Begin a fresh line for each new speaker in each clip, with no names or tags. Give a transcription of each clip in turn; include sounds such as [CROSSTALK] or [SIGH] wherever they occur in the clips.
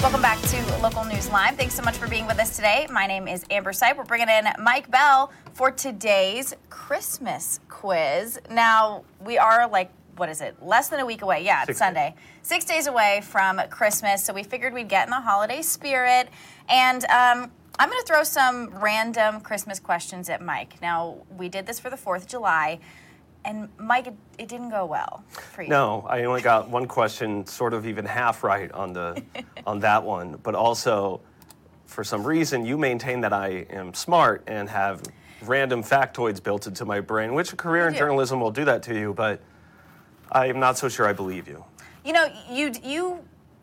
Welcome back to Local News Live. Thanks so much for being with us today. My name is Amber Sipe. We're bringing in Mike Bell for today's Christmas quiz. Now, we are like, what is it? Less than a week away. Yeah, it's
Six
Sunday. Six days away from Christmas. So we figured we'd get in the holiday spirit. And um, I'm going to throw some random Christmas questions at Mike. Now, we did this for the 4th of July. And Mike, it, it didn't go well for you.
No, I only got one question, sort of even half right on the on that one. But also, for some reason, you maintain that I am smart and have random factoids built into my brain, which a career in
do.
journalism will do that to you. But I am not so sure I believe you.
You know, you you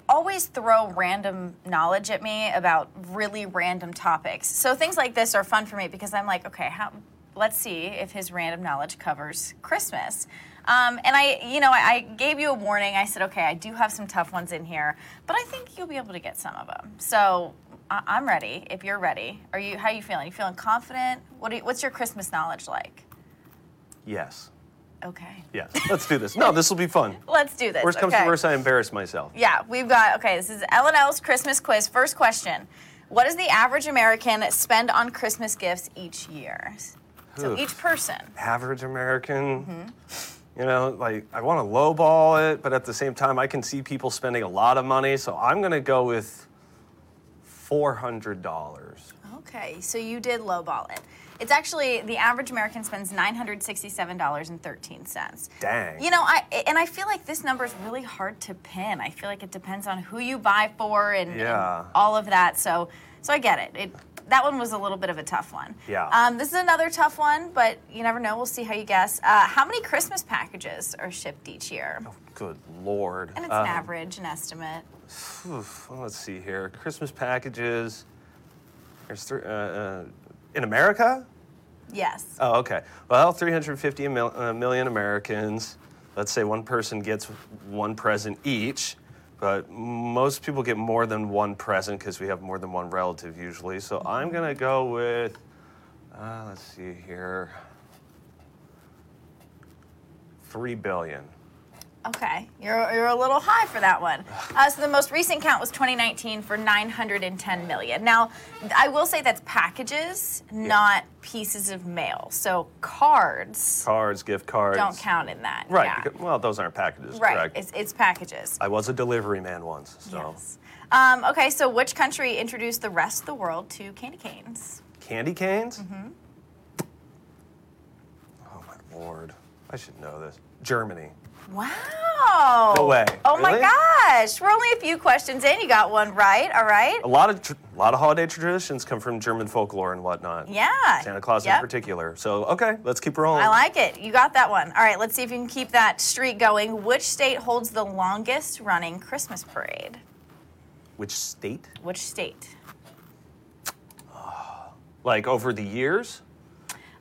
always throw random knowledge at me about really random topics. So things like this are fun for me because I'm like, okay, how? Let's see if his random knowledge covers Christmas. Um, and I, you know, I, I gave you a warning. I said, okay, I do have some tough ones in here, but I think you'll be able to get some of them. So I, I'm ready. If you're ready, are you? How are you feeling? You feeling confident? What? Do you, what's your Christmas knowledge like?
Yes,
Okay,
yes. Let's do this. No, this will be fun.
let's do this.
Worst comes
okay.
to worst, I embarrass myself.
Yeah, we've got okay. This is L and L's Christmas quiz. First question: What does the average American spend on Christmas gifts each year? So
Oof.
each person.
average American.
Mm-hmm.
You know, like I want to lowball it, but at the same time, I can see people spending a lot of money, so I'm gonna go with four hundred dollars.
Okay, so you did lowball it. It's actually the average American spends nine hundred sixty-seven dollars and thirteen cents.
Dang.
You know, I and I feel like this number is really hard to pin. I feel like it depends on who you buy for and, and
Yeah.
all of that. So, so I get it. It that one was a little bit of a tough one.
Yeah.
Um, this is another tough one, but you never know. We'll see how you guess. Uh, how many Christmas packages are shipped each year?
Oh, Good lord.
And it's
Uh,
an average, an estimate.
oof, well, let's see here. Christmas packages. There's three. Uh, uh, in America?
Yes.
Oh, okay. Well, 350 mil- uh, million Americans. Let's say one person gets one present each, but most people get more than one present because we have more than one relative usually. So I'm going to go with, uh, let's see here, 3 billion.
Okay, you're, you're a little high for that one. Uh, so the most recent count was 2019 for 910 million. Now, th- I will say that's packages, not pieces of mail. So cards
Cards, gift cards.
don't count in that.
Right.
yeah.
becau- Well, those aren't packages,
Right.
correct?
It's, it's packages.
I was a delivery man once, so.
Yes. Um, okay, so which country introduced the rest of the world to candy canes?
Candy canes? Mm-hmm. Oh my lord. I should know this. Germany.
Wow.
No way.
Oh my
Really?
gosh. We're only a few questions in. You got one right. All right.
A lot of tr- a lot of holiday traditions come from German folklore and whatnot.
Yeah.
Santa Claus in
Yep.
particular. So okay, let's keep rolling.
I like it. You got that one. All right, let's see if you can keep that streak going. Which state holds the longest running Christmas parade?
Which state?
Which state?
Like over the years?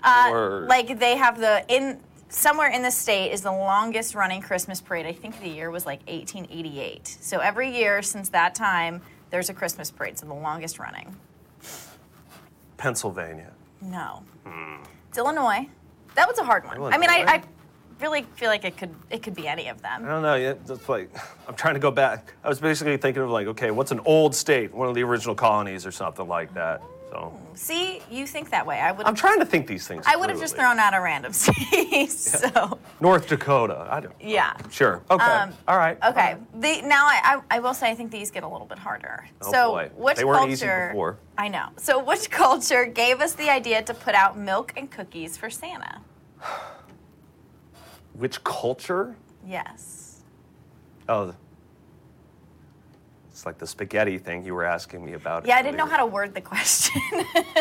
Uh,
Or-
Like they have the in somewhere in the state is the longest running Christmas parade. I think the year was like 1888. So every year since that time, there's a Christmas parade. So the longest running.
Pennsylvania.
No. It's Illinois. That was a hard one. I mean, I, I
Hmm. Illinois?
really feel like it could it could be any of them.
I don't know. yeah, That's like [LAUGHS] I'm trying to go back. I was basically thinking of like, okay, what's an old state? One of the original colonies or something like that. So
See, you think that way. I would.
I'm trying to think these things.
Oh. I would have just
clearly.
thrown out a random [LAUGHS] state. So
North Dakota. I don't.
yeah.
Sure. Okay.
Um,
All right.
Okay. The, now I, I I will say I think these get a little bit harder.
Oh,
so
boy.
which
They weren't
culture?
easy before.
I know. So which culture gave us the idea to put out milk and cookies for Santa?
Which culture?
Yes.
Oh, th- it's like the spaghetti thing you were asking me about.
Yeah, I didn't know how to word the question.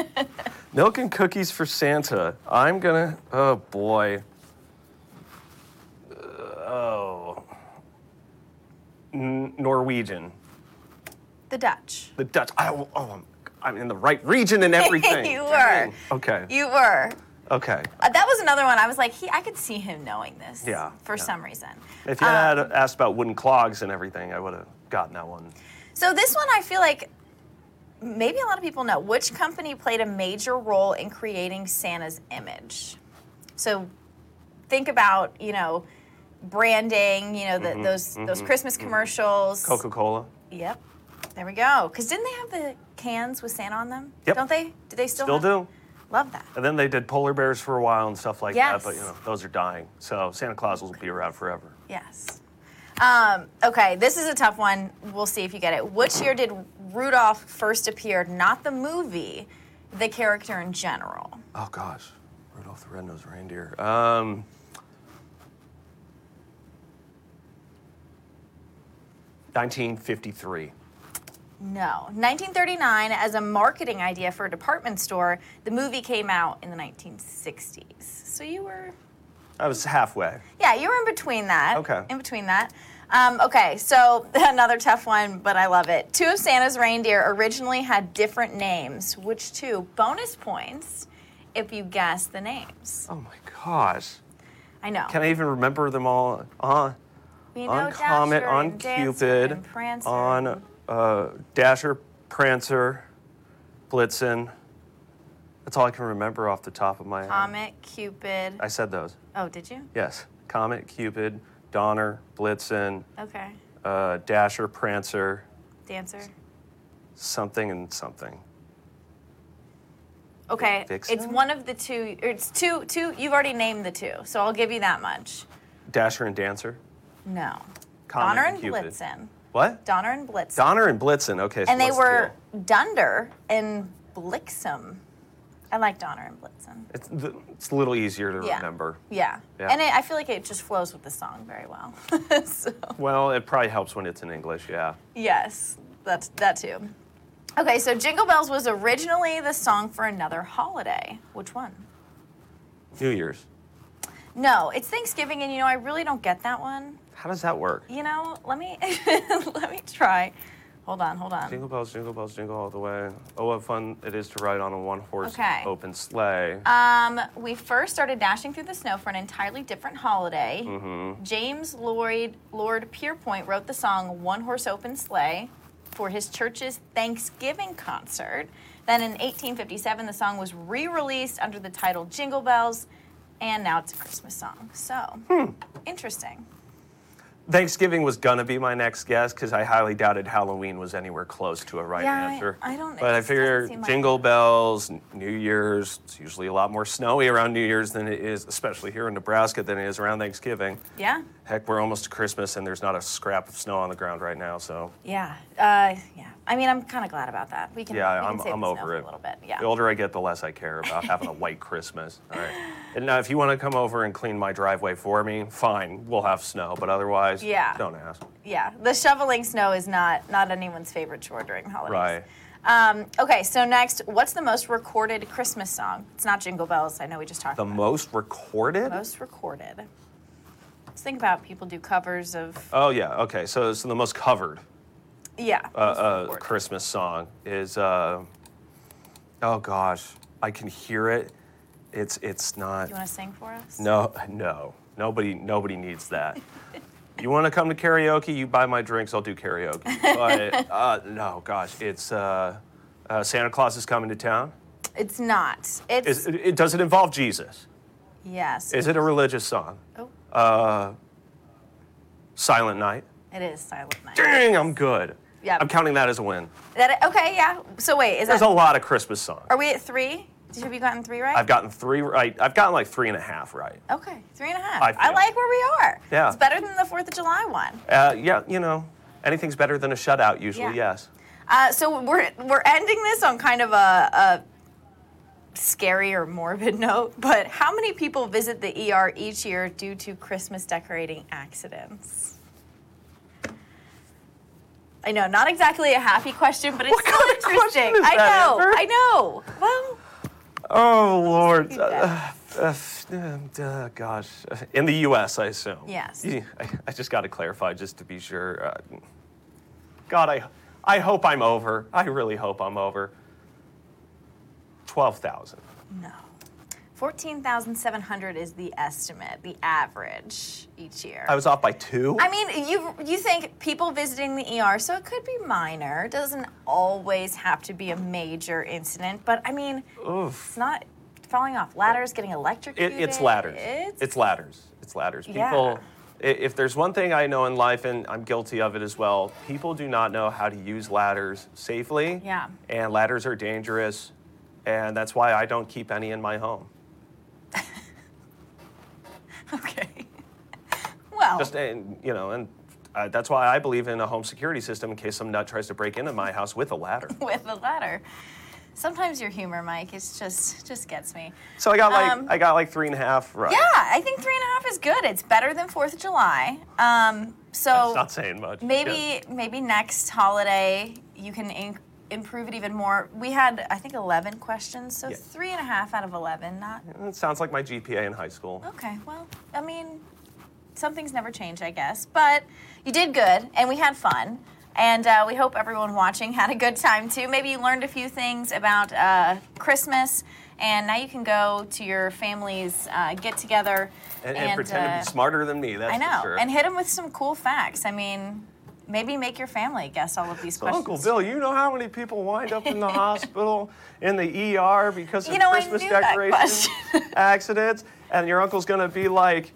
[LAUGHS]
Milk and cookies for Santa. I'm gonna. Oh boy. Uh, Oh. N- Norwegian.
the Dutch.
The Dutch. I, oh, I'm, I'm in the right
[LAUGHS]
region and everything.
You
Dang.
were.
Okay.
You were.
okay.
Uh, that was another one. I was like, he. I could see him knowing this.
Yeah,
For
yeah.
some reason.
If you had
Um,
asked about wooden clogs and everything, I would have gotten that one.
So this one, I feel like maybe a lot of people know which company played a major role in creating Santa's image. So think about you know
Mm-hmm,
branding, you know the, those those Christmas commercials.
Coca Cola.
Yep. There we go. Because didn't they have the cans with Santa on them?
Yep.
Don't they? Do they still?
Still
have-
do.
Love that.
And then they did polar bears for a while and stuff like that, but you
Yes.
know, those are dying. So Santa Claus will be around forever.
Yes. Um, okay, this is a tough one. We'll see if you get it. Which year did Rudolph first appear? Not the movie, the character in general.
Oh gosh, Rudolph the Red-Nosed Reindeer. Um, Nineteen fifty-three.
No. 1939, as a marketing idea for a department store, the movie came out in the 1960s. So you were,
I was halfway.
yeah, you were in between that.
Okay.
In between that. Um, okay, so [LAUGHS] another tough one, but I love it. Two of Santa's reindeer originally had different names. Which two? Bonus points if you guess the names.
Oh my gosh.
I know.
Can I even remember them all? Uh,
we
on
Dasher
Comet,
and
on
Dancer
Cupid,
and Prancer.
on uh, Dasher, Prancer, Blitzen. That's all I can remember off the top of my head.
Comet, Cupid.
I said those.
Oh, did you?
Yes. Comet, Cupid, Donner, Blitzen,
Okay.
uh, Dasher, Prancer,
Dancer.
something and something.
Okay.
Vixen?
It's one of the two. or It's two. Two. You've already named the two, so I'll give you that much.
Dasher and Dancer.
No.
Comet
Donner
and
and,
Cupid.
Blitzen.
What?
Donner and Blitzen.
Donner and Blitzen. Okay. So
and they
what's the
were
deal?
Dunder and Blixum. I like Donner and Blitzen.
It's, th- it's a little easier to
Yeah.
remember.
Yeah.
Yeah.
And it, I feel like it just flows with the song very well. [LAUGHS] so.
Well, it probably helps when it's in English. Yeah.
Yes, that's that too. Okay, so Jingle Bells was originally the song for another holiday. Which one?
New Year's.
No, it's Thanksgiving, and you know I really don't get that one.
How does that work?
You know, let me [LAUGHS] let me try. Hold on, hold on.
Jingle bells, jingle bells, jingle all the way. Oh, what fun it is to ride on a one horse
Okay.
open sleigh.
Um, we first started dashing through the snow for an entirely different holiday.
Mm-hmm.
James Lloyd Lord Pierpoint wrote the song "One Horse Open Sleigh" for his church's Thanksgiving concert. Then in 1857, the song was re-released under the title "Jingle Bells," and now it's a Christmas song. So
Hmm.
interesting.
Thanksgiving was gonna be my next guess because I highly doubted Halloween was anywhere close to a right
Yeah, I-
answer.
I don't- it
But I
just doesn't
figure
seem like-
jingle bells, New Year's. It's usually a lot more snowy around New Year's than it is, especially here in Nebraska, than it is around Thanksgiving.
Yeah,
Heck, we're almost to Christmas and there's not a scrap of snow on the ground right now. So
yeah, uh, yeah. I mean, I'm kind of glad about that. We can
yeah,
we can
I'm,
save
I'm
the snow
over
for
it.
a little bit. Yeah.
The older I get, the less I care about
[LAUGHS]
having a white Christmas. All right. And now, if you want to come over and clean my driveway for me, fine. We'll have snow, but otherwise,
Yeah.
don't ask.
yeah, the shoveling snow is not not anyone's favorite chore during holidays.
Right.
Um, okay, so next, what's the most recorded Christmas song? It's not Jingle Bells. I know we just talked.
The
about
most recorded?
it. most recorded. Let's think about people do covers of
Oh yeah. Okay. So, so the most covered
yeah.
uh, uh, Christmas song is. Uh, oh gosh, I can hear it. It's it's not.
you want to sing for us?
No, no. Nobody, nobody needs that. you want to come to karaoke? You buy my drinks. I'll do karaoke.
[LAUGHS]
But uh, no, gosh, it's uh, uh, Santa Claus is coming to town.
It's not. It's
Is, it, it- does it involve Jesus?
yes.
Is it a religious song? Uh,
oh,
Silent Night.
it is Silent Night.
Dang, I'm good.
Yeah.
I'm counting that as a win.
That, okay, yeah. So wait, is
There's a
that?
lot of Christmas songs.
are we at three? Did have you gotten three right?
I've gotten three right. I've gotten like three and a half right.
okay, three and a half.
I
I
feel-
like where we are.
Yeah.
It's better than the Fourth of July one.
Uh, yeah, you know, anything's better than a shutout usually.
Yeah.
Yes.
Uh, so we're we're ending this on kind of a, a scary or morbid [LAUGHS] note, but how many people visit the ER each year due to Christmas decorating accidents? I know, not exactly a happy question, but it's
What
still
kind of question
interesting.
is
I
that,
know,
Amber?
I know. Well,
Oh Lord,
Just repeat
Uh, uh, uh, gosh, in the U.S., I assume.
Yes.
You- I, I just got to clarify, just to be sure. Uh, God, I, I hope I'm over. I really hope I'm over. Twelve thousand.
no. 14,700 is the estimate, the average each year.
I was off by two.
I mean, you you think people visiting the ER, so it could be minor. It doesn't always have to be a major incident, but I mean, it's not falling off ladders, getting
It,
electrocuted.
it's ladders. It's ladders. It's ladders.
Yeah.
People i- if there's one thing I know in life, and I'm guilty of it as well, people do not know how to use ladders safely.
Yeah.
And ladders are dangerous, and that's why I don't keep any in my home.
[LAUGHS] Okay. well,
Just and you know, and uh, that's why I believe in a home security system in case some nut tries to break into my house with a ladder.
with the latter. Sometimes your humor, Mike, is just just gets me.
So I got like
Um,
I got like three and a half right.
Yeah, I think three and a half is good. It's better than Fourth of July. Um, so
It's not saying much.
maybe maybe next holiday you can in- improve it even more. We had I think eleven questions, so
Yeah. Mm-hmm.
three and a half out of eleven. Not
Yeah. It sounds like my GPA in high school.
okay. Well, I mean, something's never changed, I guess. But you did good, and we had fun. And uh, we hope everyone watching [LAUGHS] had a good time too. Maybe you learned a few things about uh, Christmas, and now you can go to your family's uh, get together
And, and, pretend to
uh,
be smarter than me. That's
I know.
For sure.
And hit them with some cool facts. I mean, maybe make your family guess all of these
So,
questions.
Uncle Bill, you know how many people wind
[LAUGHS]
up in the hospital, in the ER because of
You know, I
Christmas
knew that
decorations,
[LAUGHS]
accidents, and your uncle's gonna be like,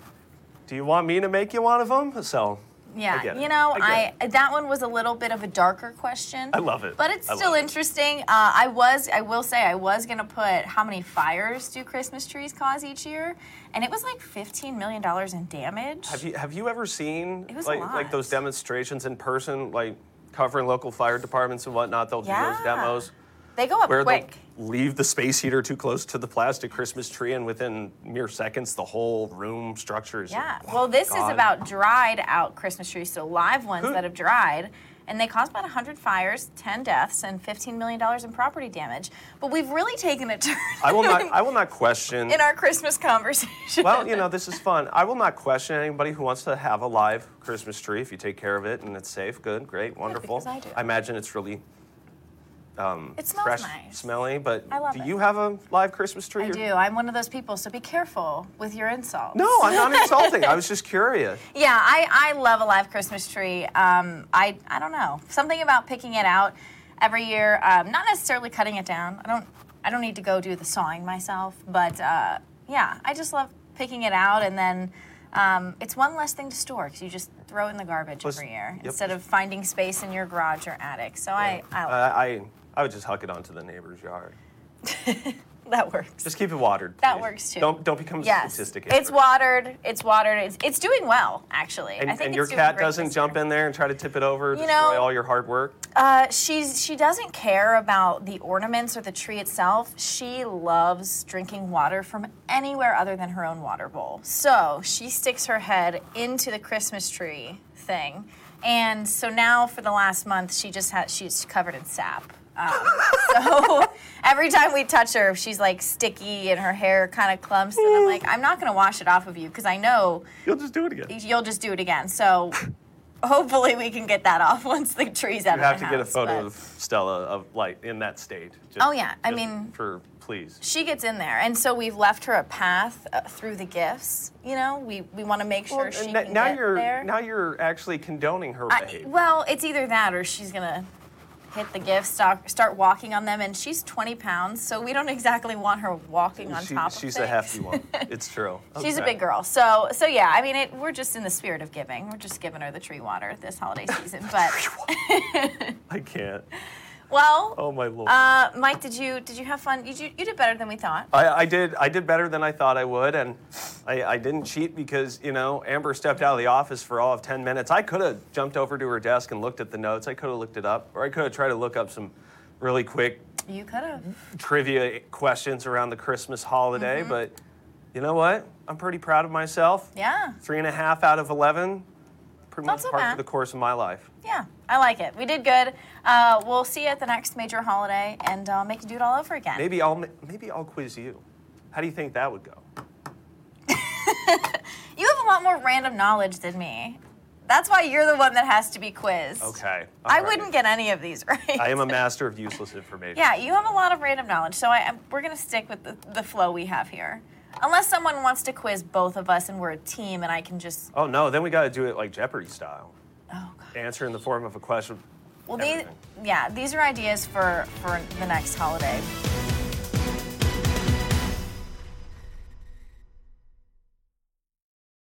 "Do you want me to make you one of them?" So, I
Yeah,
get it.
you know,
I
I,
get
that one was a little bit of a darker question.
I love it.
but it's
I love
still
it.
interesting. Uh, I was, I will say, I was gonna put how many fires do Christmas trees cause each year, and it was like fifteen million dollars in damage.
have you have you ever seen
was a
like
lot.
like those demonstrations in person, like covering local fire departments and whatnot? They'll do
Yeah.
those demos
they go up
where
quick.
they'll leave the space heater too close to the plastic Christmas tree, and within mere seconds, the whole room structure is
Yeah. Well, this is
Oh God.
about dried out Christmas trees, so live ones
Who-
that have dried. And they caused about 100 fires, 10 deaths, and $15 million in property damage. But we've really taken a [LAUGHS] turn
I will not. I will not question.
[LAUGHS] in our Christmas conversation.
Well, you know, this is fun. I will not question anybody who wants to have a live Christmas tree if you take care of it and it's safe. Good, great, wonderful.
because I do.
imagine it's really
it smells
fresh,
nice.
smelly, but
I love
do
it.
you have a live Christmas tree?
I
You're-
do. I'm one of those people, so be careful with your insults.
No,
[LAUGHS]
I'm not insulting. I was just curious.
Yeah, I, I love a live Christmas tree. Um, I, I don't know. Something about picking it out every year, um, not necessarily cutting it down. I don't I don't need to go do the sawing myself, but uh, yeah, I just love picking it out and then um, it's one less thing to store because you just throw it in the garbage
Plus-
every year
yep.
instead of finding space in your garage or attic. So I, [LAUGHS] I like
Uh, I I would just huck it onto the neighbor's yard.
that works.
Just keep it watered.
That
please.
works, too.
Don't don't become
Yes,
sophisticated.
it's watered. It's watered. It's, it's doing well, actually.
And,
I think
and
it's
your
doing
cat
great
doesn't
this
jump
year.
in there and try to tip it over, destroy
know-
all your hard work.
Uh, she's she doesn't care about the ornaments or the tree itself. She loves drinking water from anywhere other than her own water bowl. So she sticks her head into the Christmas tree thing, and so now for the last month she just has she's covered in sap. Um, so [LAUGHS] every time we touch her, she's like sticky and her hair kind of clumps. And I'm like, I'm not gonna wash it off of you because I know
You'll just do it again.
you'll just do it again. So [LAUGHS] hopefully we can get that off [LAUGHS] once the tree's out
You
of
have
the
to get a
house,
photo
but-
of Stella of like in that state. Just-
Oh, yeah. I
just
mean-
for please.
She gets in there, and so we've left her a path uh, through the gifts. You know, we, we want to make sure
Well,
she
n-
can
now
get
you're
there.
now you're actually condoning her
I,
behavior.
well, it's either that or she's gonna hit the gifts, start, start walking on them, and she's 20 pounds, so we don't [LAUGHS] exactly want her walking on
She-
top of
she's a
things. [LAUGHS]
hefty one. It's true.
She's a
Okay.
big girl, so so yeah. I mean, it, we're just in the spirit of giving. We're just giving her the tree water this
[LAUGHS]
holiday season. But
I can't.
well,
Oh my lord.
Uh, Mike, did you did you have fun? You, you you did better than we thought.
I, I did I did better than I thought I would, and I, I didn't cheat because you know Amber stepped out of the office for all of ten minutes. I could have jumped over to her desk and looked at the notes. I could have looked it up, or I could have tried to look up some really quick
You could have.
trivia questions around the Christmas holiday.
Mm-hmm.
But you know what? I'm pretty proud of myself.
Yeah,
Three and a half out of eleven. Pretty
Not
much
so
part
bad.
of the course of my life.
yeah. I like it. We did good. Uh, we'll see you at the next major holiday, and I'll make you do it all over again.
Maybe I'll maybe I'll quiz you. How do you think that would go?
You have a lot more random knowledge than me. That's why you're the one that has to be quizzed.
Okay.
I
alright.
wouldn't get any of these [LAUGHS] right.
I am a master of useless information.
yeah, you have a lot of random knowledge, so I, I'm- we're gonna stick with the, the flow we have here. Unless someone wants to quiz both of us and we're a team, and I can just
Oh no, then we got to do it like Jeopardy style.
oh god.
Answer in the form of a question.
Well, these
Everything.
yeah, these are ideas for for the next holiday.